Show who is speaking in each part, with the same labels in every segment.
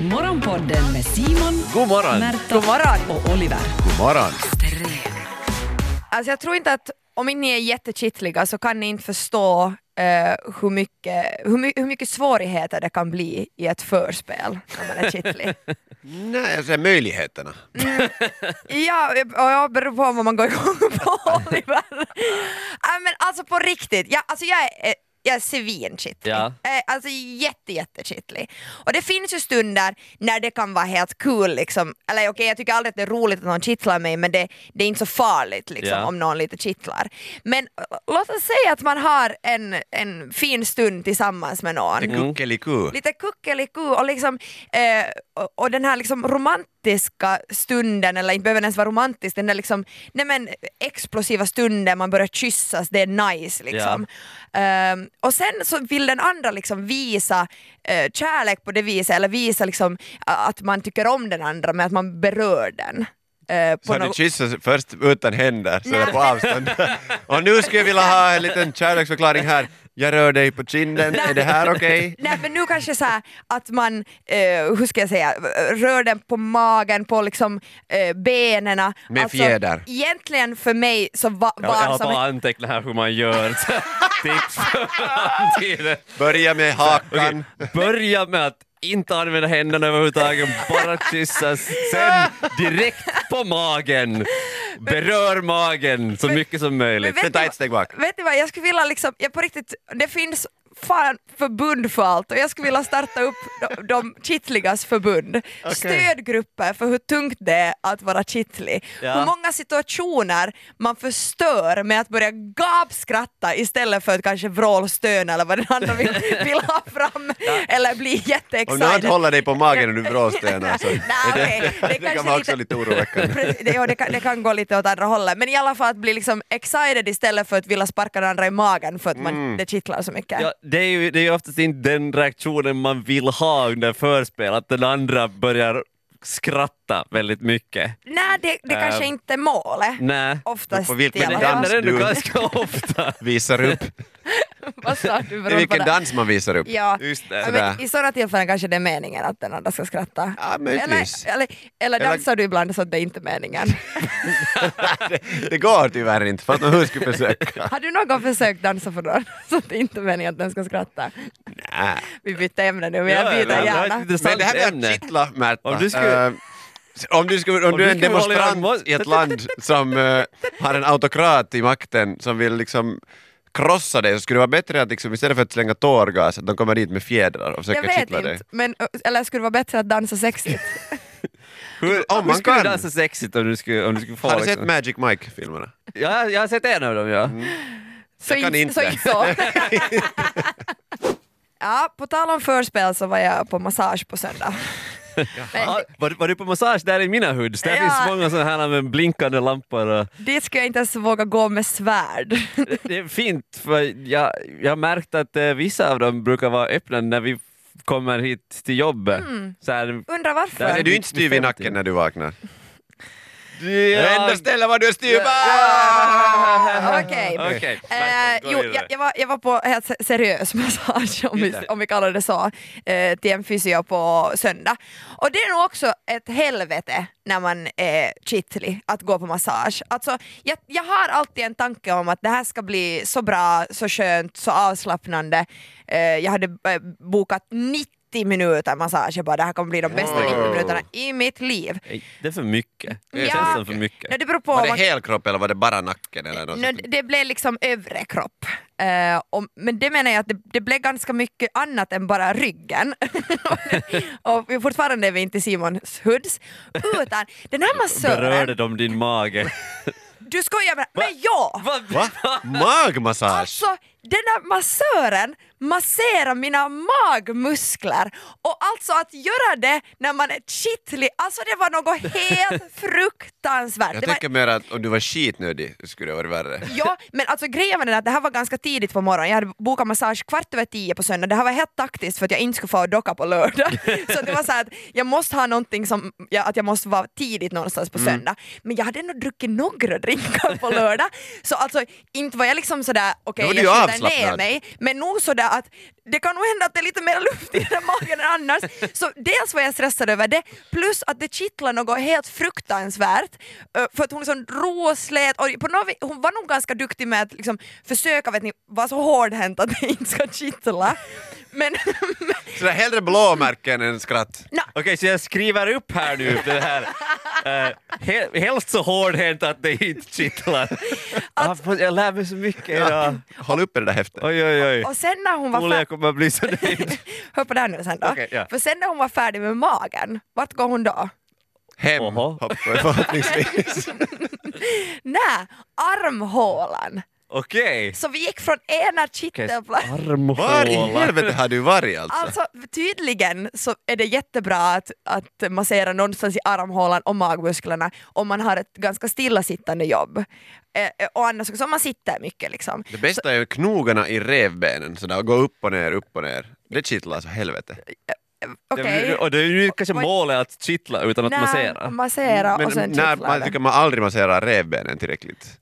Speaker 1: Morgonpodden med Simon,
Speaker 2: God morgon.
Speaker 1: Märta
Speaker 3: God morgon.
Speaker 1: och Oliver.
Speaker 2: God morgon.
Speaker 3: Alltså jag tror inte att om inte ni är jättekittliga så kan ni inte förstå eh, hur, mycket, hur, my- hur mycket svårigheter det kan bli i ett förspel när man är kittlig.
Speaker 2: Nej, jag säger möjligheterna.
Speaker 3: Ja, och jag beror på vad man går igång på Oliver. Nej men alltså på riktigt, jag, alltså jag är, eh, jag är svinkittlig.
Speaker 4: Ja.
Speaker 3: Eh, Alltså jätte jättekittlig. Och det finns ju stunder när det kan vara helt kul liksom, eller okej jag tycker aldrig att det är roligt att någon kittlar mig men det, det är inte så farligt liksom
Speaker 4: Ja.
Speaker 3: om någon lite kittlar. Men eh, låt oss säga att man har en, en fin stund tillsammans med någon
Speaker 2: Mm. Kuckeliku.
Speaker 3: lite kuckeliku och liksom eh, och, och den här liksom romantiska stunden, eller inte behöver den ens vara romantisk, den där liksom nej men explosiva stunden man börjar kyssas, det är nice liksom. Ehm, och sen så vill den andra liksom visa eh, kärlek på det viset, eller visa liksom a- att man tycker om den andra med att man berör den. eh, på
Speaker 2: Så du
Speaker 3: något-
Speaker 2: kysser först utan händer, så det är på avstånd. Och nu skulle jag vilja ha en liten kärleksförklaring här. Jag rör dig på kinden, är det här okej?
Speaker 3: Nej men nu kanske så här att man, eh, hur ska jag säga, rör den på magen, på liksom eh, benen. Alltså,
Speaker 2: Med fjäder.
Speaker 3: Egentligen för mig så va,
Speaker 4: Jag, jag
Speaker 3: var
Speaker 4: har
Speaker 3: som...
Speaker 4: bara antecknat här hur man gör. Tips för framtiden.
Speaker 2: Börja med hakan.
Speaker 4: Börja med att inte använda händerna överhuvudtaget, bara kyssas. Sen direkt på magen. Berör magen så mycket som möjligt.
Speaker 3: vet
Speaker 2: Men ta
Speaker 3: ni
Speaker 2: ett
Speaker 3: vad-
Speaker 2: steg bak.
Speaker 3: Vet ni vad, jag skulle vilja liksom, jag på riktigt, det finns fan förbund för allt och jag skulle vilja starta upp de, de kittligas förbund. Stödgrupper för hur tungt det är att vara kittlig.
Speaker 4: Ja.
Speaker 3: Hur många situationer man förstör med att börja gapskratta istället för att kanske vrålstöna eller vad den andra vill, vill ha fram eller bli
Speaker 2: Om du inte
Speaker 3: jätteexcited.
Speaker 2: håller dig på magen och du bråstönar så
Speaker 3: Nej, okej. Det
Speaker 2: det
Speaker 3: kanske
Speaker 2: kan vara
Speaker 3: lite-
Speaker 2: också lite oroväckande.
Speaker 3: Precis, det, ja, det, kan, det kan gå lite åt andra hållet, men i alla fall att bli liksom excited istället för att vilja sparka den andra i magen för att man, det kittlar så mycket.
Speaker 4: Ja, det, är ju, det är ju oftast inte den reaktionen man vill ha under förspel, att den andra börjar skratta väldigt mycket.
Speaker 3: Nej, det, det
Speaker 4: Äh,
Speaker 3: kanske inte är målet.
Speaker 4: Nej.
Speaker 3: Oftast
Speaker 2: På vilken
Speaker 3: i
Speaker 4: Men det
Speaker 3: alla fall.
Speaker 4: händer
Speaker 2: Du-
Speaker 4: ändå ganska ofta.
Speaker 2: Visar upp.
Speaker 3: Vad sa du?
Speaker 2: I
Speaker 3: Beroende på
Speaker 2: vilken
Speaker 3: det.
Speaker 2: dans man visar upp.
Speaker 3: Ja.
Speaker 4: Just det.
Speaker 3: Ja,
Speaker 2: Sådär.
Speaker 3: men I sådana tillfällen kanske det är meningen att den andra ska skratta.
Speaker 2: Ja, möjligtvis.
Speaker 3: eller, eller, eller
Speaker 2: Eller-
Speaker 3: dansar du ibland så att det inte är meningen?
Speaker 2: Det går tyvärr inte, fast hur skulle försöka.
Speaker 3: Har du någon gång försökt dansa för någon så att det inte är meningen att den ska skratta?
Speaker 2: Nej.
Speaker 3: Vi bytte ämne nu, men jag
Speaker 4: Ja,
Speaker 3: byter
Speaker 4: det här är
Speaker 3: gärna.
Speaker 4: ett
Speaker 2: Men
Speaker 4: intressant
Speaker 2: det här med
Speaker 4: ämne.
Speaker 2: att kittla, Märta.
Speaker 4: Om du skulle-
Speaker 2: eh, om du, skulle, om
Speaker 4: Om
Speaker 2: du är
Speaker 4: du
Speaker 2: en
Speaker 4: skulle hålla i
Speaker 2: demonstrant
Speaker 4: hand-
Speaker 2: i ett land som eh, har en autokrat i makten som vill liksom krossa dig så skulle det vara bättre att liksom, istället för att slänga tårgas att de kommer dit med fjädrar och
Speaker 3: Jag
Speaker 2: försöker
Speaker 3: vet
Speaker 2: kittla
Speaker 3: inte,
Speaker 2: dig.
Speaker 3: men, eller skulle det vara bättre att dansa sexigt?
Speaker 2: Hur, om
Speaker 4: Hur
Speaker 2: man
Speaker 4: skulle
Speaker 2: kan!
Speaker 4: du dansa sexigt om du skulle, om du skulle få
Speaker 2: Har du
Speaker 4: liksom-
Speaker 2: sett Magic Mike-filmerna?
Speaker 4: Ja, jag har sett en av dem ja.
Speaker 3: Mm. Så
Speaker 2: Jag kan
Speaker 3: Så
Speaker 2: inte.
Speaker 3: inte så. ja, på tal om förspel så var jag på massage på söndag.
Speaker 4: Ja, var, var du på massage där i mina hoods? Där
Speaker 3: Ja.
Speaker 4: finns många sådana här med blinkande lampor. Och,
Speaker 3: Dit skulle jag inte ens våga gå med svärd.
Speaker 4: det, det är fint för jag, jag har märkt att eh, vissa av dem brukar vara öppna när vi f- kommer hit till jobbet.
Speaker 3: Mm.
Speaker 4: Så här,
Speaker 3: Undrar varför?
Speaker 4: Där
Speaker 2: Är du inte styv i
Speaker 4: 50.
Speaker 2: nacken när du vaknar?
Speaker 4: det
Speaker 2: Det enda stället var du är styv!
Speaker 3: Ah, Okej.
Speaker 4: Okej.
Speaker 3: Eh, jo, jag, jag, var, jag var på helt se- seriös massage, om vi,
Speaker 2: Just det.
Speaker 3: om vi kallar det så, eh, till en fysio på söndag. Och det är nog också ett helvete när man är kittlig, att gå på massage. Alltså, jag, jag har alltid en tanke om att det här ska bli så bra, så skönt, så avslappnande. Eh, jag hade eh, bokat 90 minuter massage, jag bara det här kommer bli de bästa 90
Speaker 2: Wow.
Speaker 3: minuterna i mitt liv.
Speaker 4: Nej, Det är för mycket. Det
Speaker 3: Ja.
Speaker 4: känns som för mycket.
Speaker 3: Nej, det beror på
Speaker 2: Var
Speaker 3: om
Speaker 2: det
Speaker 3: man-
Speaker 2: helkropp eller var det bara nacken? Eller något
Speaker 3: Nej,
Speaker 2: sånt?
Speaker 3: det blev liksom övre kropp. Eh, och, men det menar jag att det, det blev ganska mycket annat än bara ryggen. och vi- fortfarande är vi inte i Simons hoods. Utan den här
Speaker 4: Berörde
Speaker 3: massören,
Speaker 4: de din mage?
Speaker 3: du skojar med Men ja!
Speaker 2: Va? Magmassage?
Speaker 3: Alltså den här massören masserar mina magmuskler och alltså att göra det när man är kittlig, alltså det var något helt fruktansvärt.
Speaker 2: Jag
Speaker 3: Det var-
Speaker 2: tänker mer att om du var skitnödig så skulle det ha varit värre.
Speaker 3: Ja, men alltså grejen var den att det här var ganska tidigt på morgonen. Jag hade bokat massage kvart över tio på söndag. Det här var helt taktiskt för att jag inte skulle få docka på lördag. Så det var så här att jag måste ha någonting som, ja, att jag måste vara tidigt någonstans på söndag. Men jag hade ändå druckit några drinkar på lördag. Så alltså inte var jag liksom sådär okej
Speaker 2: Då var du ju
Speaker 3: jag skjuter ner
Speaker 2: avslappnad.
Speaker 3: mig men nog sådär att det kan nog hända att det är lite mer luft i den här magen än annars. Så dels var jag stressad över det plus att det kittlade något helt fruktansvärt eh, för att hon liksom drog och slet och på något vis, hon var nog ganska duktig med att liksom försöka vet ni, vara så hårdhänt att det inte ska kittla. Men
Speaker 2: Sådär hellre blåmärken än skratt.
Speaker 4: Okej, så jag skriver upp här nu det här. Uh, he- helst så hårdhänt att det inte kittlar. Ah, fan, jag lär mig så mycket idag.
Speaker 2: Håll uppe det där häftet.
Speaker 4: Oj, oj, oj.
Speaker 3: och sen när hon var
Speaker 4: Olle,
Speaker 3: färdig
Speaker 4: jag kommer att bli så nöjd.
Speaker 3: Hör på det här nu sen då.
Speaker 4: Okej, ja.
Speaker 3: För sen när hon var färdig med magen, vart går hon då?
Speaker 2: Hem,
Speaker 4: Oho.
Speaker 2: hopp- förhoppningsvis.
Speaker 3: Nä, armhålan!
Speaker 4: Okej.
Speaker 3: Så vi gick från ena kittelplatsen
Speaker 4: Armhåla.
Speaker 2: Var i helvete har du varit alltså?
Speaker 3: Alltså tydligen så är det jättebra att, att massera någonstans i armhålan och magmusklerna om man har ett ganska stillasittande jobb. Eh, eh, och annars också om man sitter mycket liksom.
Speaker 2: Det bästa är ju knogarna i revbenen, sådär, och gå upp och ner, upp och ner. Det kittlar så helvete.
Speaker 3: Okej.
Speaker 4: Och det är ju kanske
Speaker 3: Vad-
Speaker 4: målet att kittla utan att
Speaker 3: Nä,
Speaker 4: massera.
Speaker 3: massera och sen
Speaker 2: Men när,
Speaker 3: kittlar
Speaker 2: man tycker
Speaker 3: det.
Speaker 2: man aldrig masserar revbenen tillräckligt.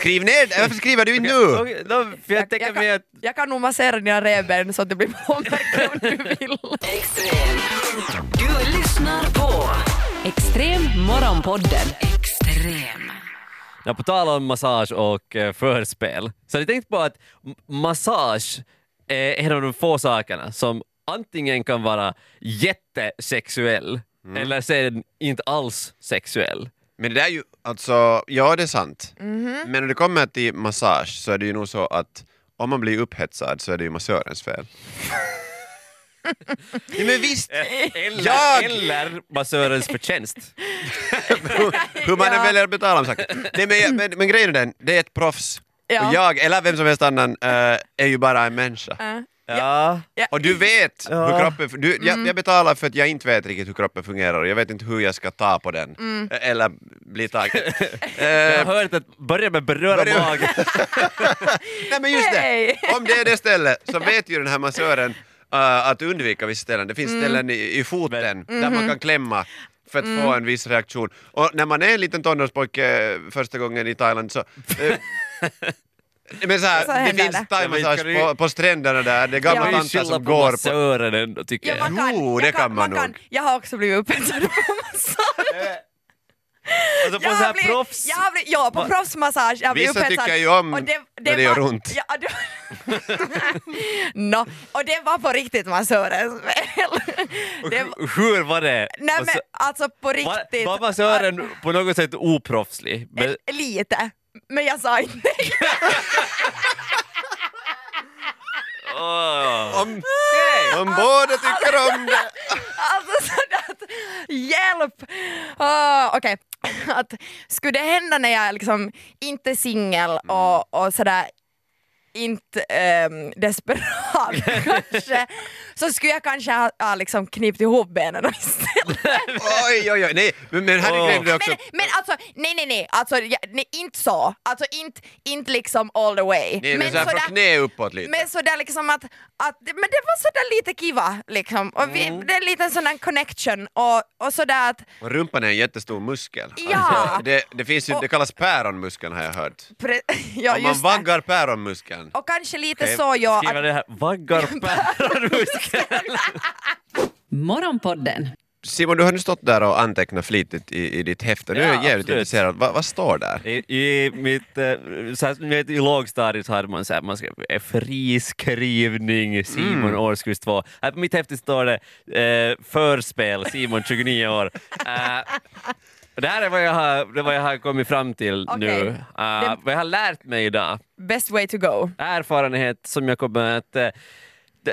Speaker 2: Skriv ner det! Varför skriver du inte nu?
Speaker 4: Okej, då, för jag tänker
Speaker 3: jag, kan,
Speaker 4: mig att
Speaker 3: jag kan nog massera dina revben så att det blir påmärke om du vill.
Speaker 1: Extrem. Du lyssnar på Extrem Morgonpodden. Extrem.
Speaker 4: Ja, på tal om massage och eh, förspel, så har ni tänkt på att m- massage eh, är en av de få sakerna som antingen kan vara jättesexuell eller sen inte alls sexuell.
Speaker 2: Men det där är ju, alltså, ja det är sant.
Speaker 3: Mhm.
Speaker 2: Men när det kommer till massage så är det ju nog så att om man blir upphetsad så är det ju massörens fel. Nej men visst!
Speaker 4: Eh, Eller,
Speaker 2: Jag-
Speaker 4: eller massörens förtjänst.
Speaker 2: Hur- Hur man
Speaker 3: Ja.
Speaker 2: än väljer att betala om saker. Nej, men, jag- men, men grejen är den, det är ett proffs.
Speaker 3: Ja.
Speaker 2: Och jag, eller vem som helst annan, eh, är ju bara en människa.
Speaker 3: Äh.
Speaker 4: Ja.
Speaker 2: Och du vet
Speaker 4: Ja.
Speaker 2: hur kroppen... fun- Du,
Speaker 3: Mm.
Speaker 2: jag, jag betalar för att jag inte vet riktigt hur kroppen fungerar och jag vet inte hur jag ska ta på den.
Speaker 3: Mm.
Speaker 2: Eller bli tagen.
Speaker 4: Jag har
Speaker 2: Eh,
Speaker 4: hört att börja med beröra
Speaker 2: Börja-
Speaker 4: magen.
Speaker 2: nej men just
Speaker 3: Hej!
Speaker 2: det! Om det är det stället så vet ju den här massören eh, att undvika vissa ställen. Det finns
Speaker 3: Mm.
Speaker 2: ställen i, i foten där
Speaker 3: Mhm.
Speaker 2: man kan klämma för att
Speaker 3: Mm.
Speaker 2: få en viss reaktion. Och när man är en liten tonårspojke eh, första gången i Thailand så... eh, Men så här, det
Speaker 3: Så händer
Speaker 2: finns
Speaker 3: det.
Speaker 4: Ja, men
Speaker 2: thaimassage
Speaker 4: ska du-
Speaker 2: på, på stränderna där, det är gamla
Speaker 3: Ja.
Speaker 4: Man
Speaker 2: tanter
Speaker 4: skylla
Speaker 2: som
Speaker 4: på
Speaker 2: går på...
Speaker 4: massören ändå tycker jag.
Speaker 3: man
Speaker 2: Jo,
Speaker 3: jag
Speaker 2: det kan man nog.
Speaker 3: jag har också blivit upphetsad på massage.
Speaker 4: Alltså på så här proffs...
Speaker 3: Jag har blivit, ja, på
Speaker 4: Ma-
Speaker 3: proffsmassage. Jag har blivit
Speaker 2: Vissa
Speaker 3: upphetsad.
Speaker 2: tycker ju om
Speaker 3: Och
Speaker 2: när det gör
Speaker 3: var-
Speaker 2: ont.
Speaker 3: Ja, det, no. Och det var på riktigt massörens fel. Det, var-
Speaker 4: Hur var det?
Speaker 3: nej men
Speaker 4: Massa-
Speaker 3: alltså på
Speaker 4: var,
Speaker 3: riktigt.
Speaker 4: var massören på något sätt oproffslig? Men-
Speaker 3: Eh, Lite. Men jag sa inte nej. Eh,
Speaker 4: Åh.
Speaker 2: Om, om båda tycker om det!
Speaker 3: Alltså sådär att, hjälp! Ah, Okej, att skulle det hända när jag liksom inte är singel och, och sådär inte ehm, desperat kanske, så skulle jag kanske ha, ha liksom knipt ihop benen istället.
Speaker 2: Oj, oj, oj, nej, men, men här är
Speaker 4: Åh.
Speaker 2: grejen det är också...
Speaker 3: Men, men alltså, nej nej nej, alltså, jag, nej inte så. Alltså inte, inte liksom all the way.
Speaker 2: Nej, men så här från
Speaker 3: sådär-
Speaker 2: knä uppåt lite.
Speaker 3: Men sådär liksom att, att men det var sådär lite kiva liksom. Och vi, Det är en liten sån där connection och, och sådär att
Speaker 2: Och rumpan är en jättestor muskel.
Speaker 3: Ja.
Speaker 2: Alltså, det, det, finns ju,
Speaker 3: Och-
Speaker 2: det kallas päronmuskeln har jag hört.
Speaker 3: Pre- ja,
Speaker 2: Om man
Speaker 3: just det.
Speaker 2: vaggar päronmuskeln.
Speaker 3: Och kanske lite
Speaker 2: Okej,
Speaker 3: så ja
Speaker 4: Skriva
Speaker 3: att
Speaker 4: det här, vaggar päronmuskeln.
Speaker 1: Morgonpodden.
Speaker 2: Simon, du har nu stått där och antecknat flitigt i, i ditt häfte. Nu är jag
Speaker 4: Ja,
Speaker 2: jävligt
Speaker 4: absolut.
Speaker 2: intresserad. Va, vad står där?
Speaker 4: I, I mitt, eh, så här, ni vet, i lågstadiet så hade man så här, man skrev eh, friskrivning Simon årskurs 2. Här på mitt häfte står det eh, förspel Simon 29 år. Eh, och det här är vad jag har, det är vad jag har kommit fram till nu.
Speaker 3: Okej.
Speaker 4: Eh, Vad jag har lärt mig idag.
Speaker 3: best way to go.
Speaker 4: Erfarenhet som jag kommer att eh, d-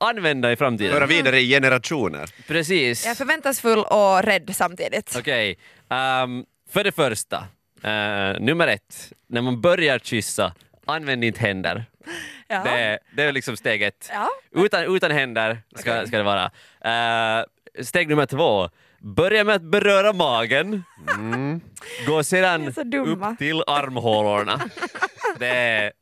Speaker 4: använda i framtiden.
Speaker 2: Föra vidare i generationer.
Speaker 4: Precis.
Speaker 3: Jag är förväntansfull och rädd samtidigt.
Speaker 4: Okej. ehm, för det första, eh, nummer ett. När man börjar kyssa, använd inte händer.
Speaker 3: Ja.
Speaker 4: Det, är- det är liksom steg ett.
Speaker 3: Ja.
Speaker 4: Utan, utan händer ska, ska det vara. Eh, steg nummer två, börja med att beröra magen. Gå
Speaker 3: Ni Mm. är
Speaker 4: sedan
Speaker 3: så dumma.
Speaker 4: upp till armhålorna. Det är,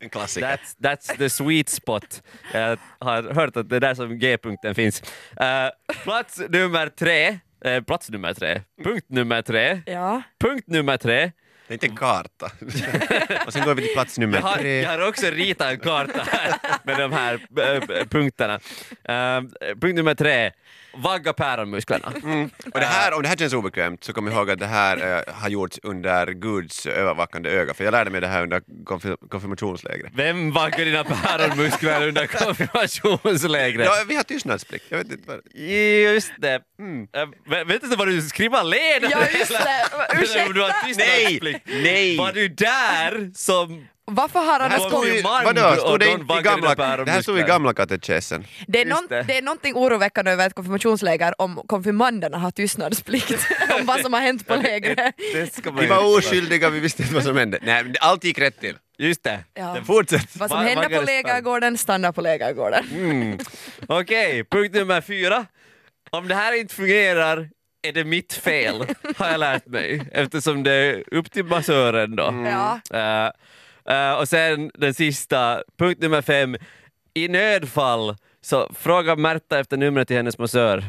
Speaker 2: En klassiker.
Speaker 4: that's, that's the sweet spot. Jag har hört att det är där som G-punkten finns. Eh, plats nummer tre, eh, plats nummer tre, punkt nummer tre.
Speaker 3: Ja.
Speaker 4: Punkt nummer tre.
Speaker 2: Det är inte en karta. och sen går vi till plats nummer
Speaker 4: Jag har,
Speaker 2: tre.
Speaker 4: jag har också ritat en karta här med de här eh, punkterna. Eh, punkt nummer tre, vagga päronmusklerna. Eh,
Speaker 2: Och det här, om det här känns obekvämt så kom ihåg att det här eh, har gjorts under Guds övervakande öga, för jag lärde mig det här under konfir- konfirmationslägret.
Speaker 4: Vem vaggar dina päronmuskler under konfirmationslägret?
Speaker 2: Ja, vi har tystnadsplikt. Jag vet inte vad...
Speaker 4: Just det. Mm. Eh, vä- vet du vad du skriblerade?
Speaker 3: Ja just det,
Speaker 4: Om du
Speaker 3: ursäkta!
Speaker 4: har
Speaker 2: Nej!
Speaker 4: tystnadsplikt.
Speaker 2: Nej!
Speaker 4: Var du där som...
Speaker 3: Varför har
Speaker 4: här
Speaker 3: han
Speaker 4: står
Speaker 3: kommit?
Speaker 4: ju- man
Speaker 2: Vadå,
Speaker 4: och
Speaker 2: stod det
Speaker 4: de
Speaker 2: inte i
Speaker 4: vaggar
Speaker 2: gamla,
Speaker 4: dina päronmuskler.
Speaker 2: det här stod i gamla katekesen.
Speaker 3: Det är,
Speaker 4: Just
Speaker 3: nån-
Speaker 4: det.
Speaker 3: det är någonting oroväckande över ett konfirmationsläger om konfirmanderna har tystnadsplikt om vad som har hänt på lägret.
Speaker 4: Det ska man
Speaker 2: Vi
Speaker 4: ju inte
Speaker 2: var
Speaker 4: vara.
Speaker 2: oskyldiga, vi visste inte vad som hände. Nej, men allt gick rätt till.
Speaker 4: Just det.
Speaker 3: Ja.
Speaker 4: Den
Speaker 2: Fortsätt!
Speaker 3: Vad som
Speaker 4: Va-
Speaker 3: händer på
Speaker 4: vaggades fram.
Speaker 3: lägergården stannar på lägergården.
Speaker 4: Mm. Okej, punkt nummer fyra. Om det här inte fungerar är det mitt fel, har jag lärt mig. Eftersom det är upp till massören då.
Speaker 2: Mm.
Speaker 3: Ja.
Speaker 4: Eh, eh, och sen den sista, punkt nummer fem. I nödfall så fråga Märta efter numret till hennes massör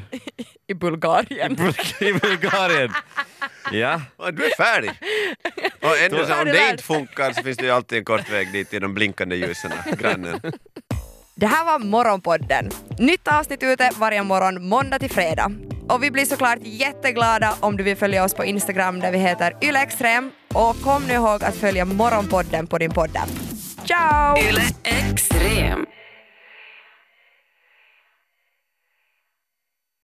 Speaker 3: I Bulgarien.
Speaker 4: i Bulgarien. Ja,
Speaker 2: Och du är färdig! Och ändå, så, om
Speaker 3: Färdig
Speaker 2: det
Speaker 3: värld.
Speaker 2: inte funkar så finns det ju alltid en kort väg dit i de blinkande ljusen, grannen.
Speaker 3: Det här var Morgonpodden. Nytt avsnitt ute varje morgon måndag till fredag. Och vi blir såklart jätteglada om du vill följa oss på Instagram där vi heter ylextrem. Och kom nu ihåg att följa Morgonpodden på din poddapp. Ciao!
Speaker 1: Yle Extrem.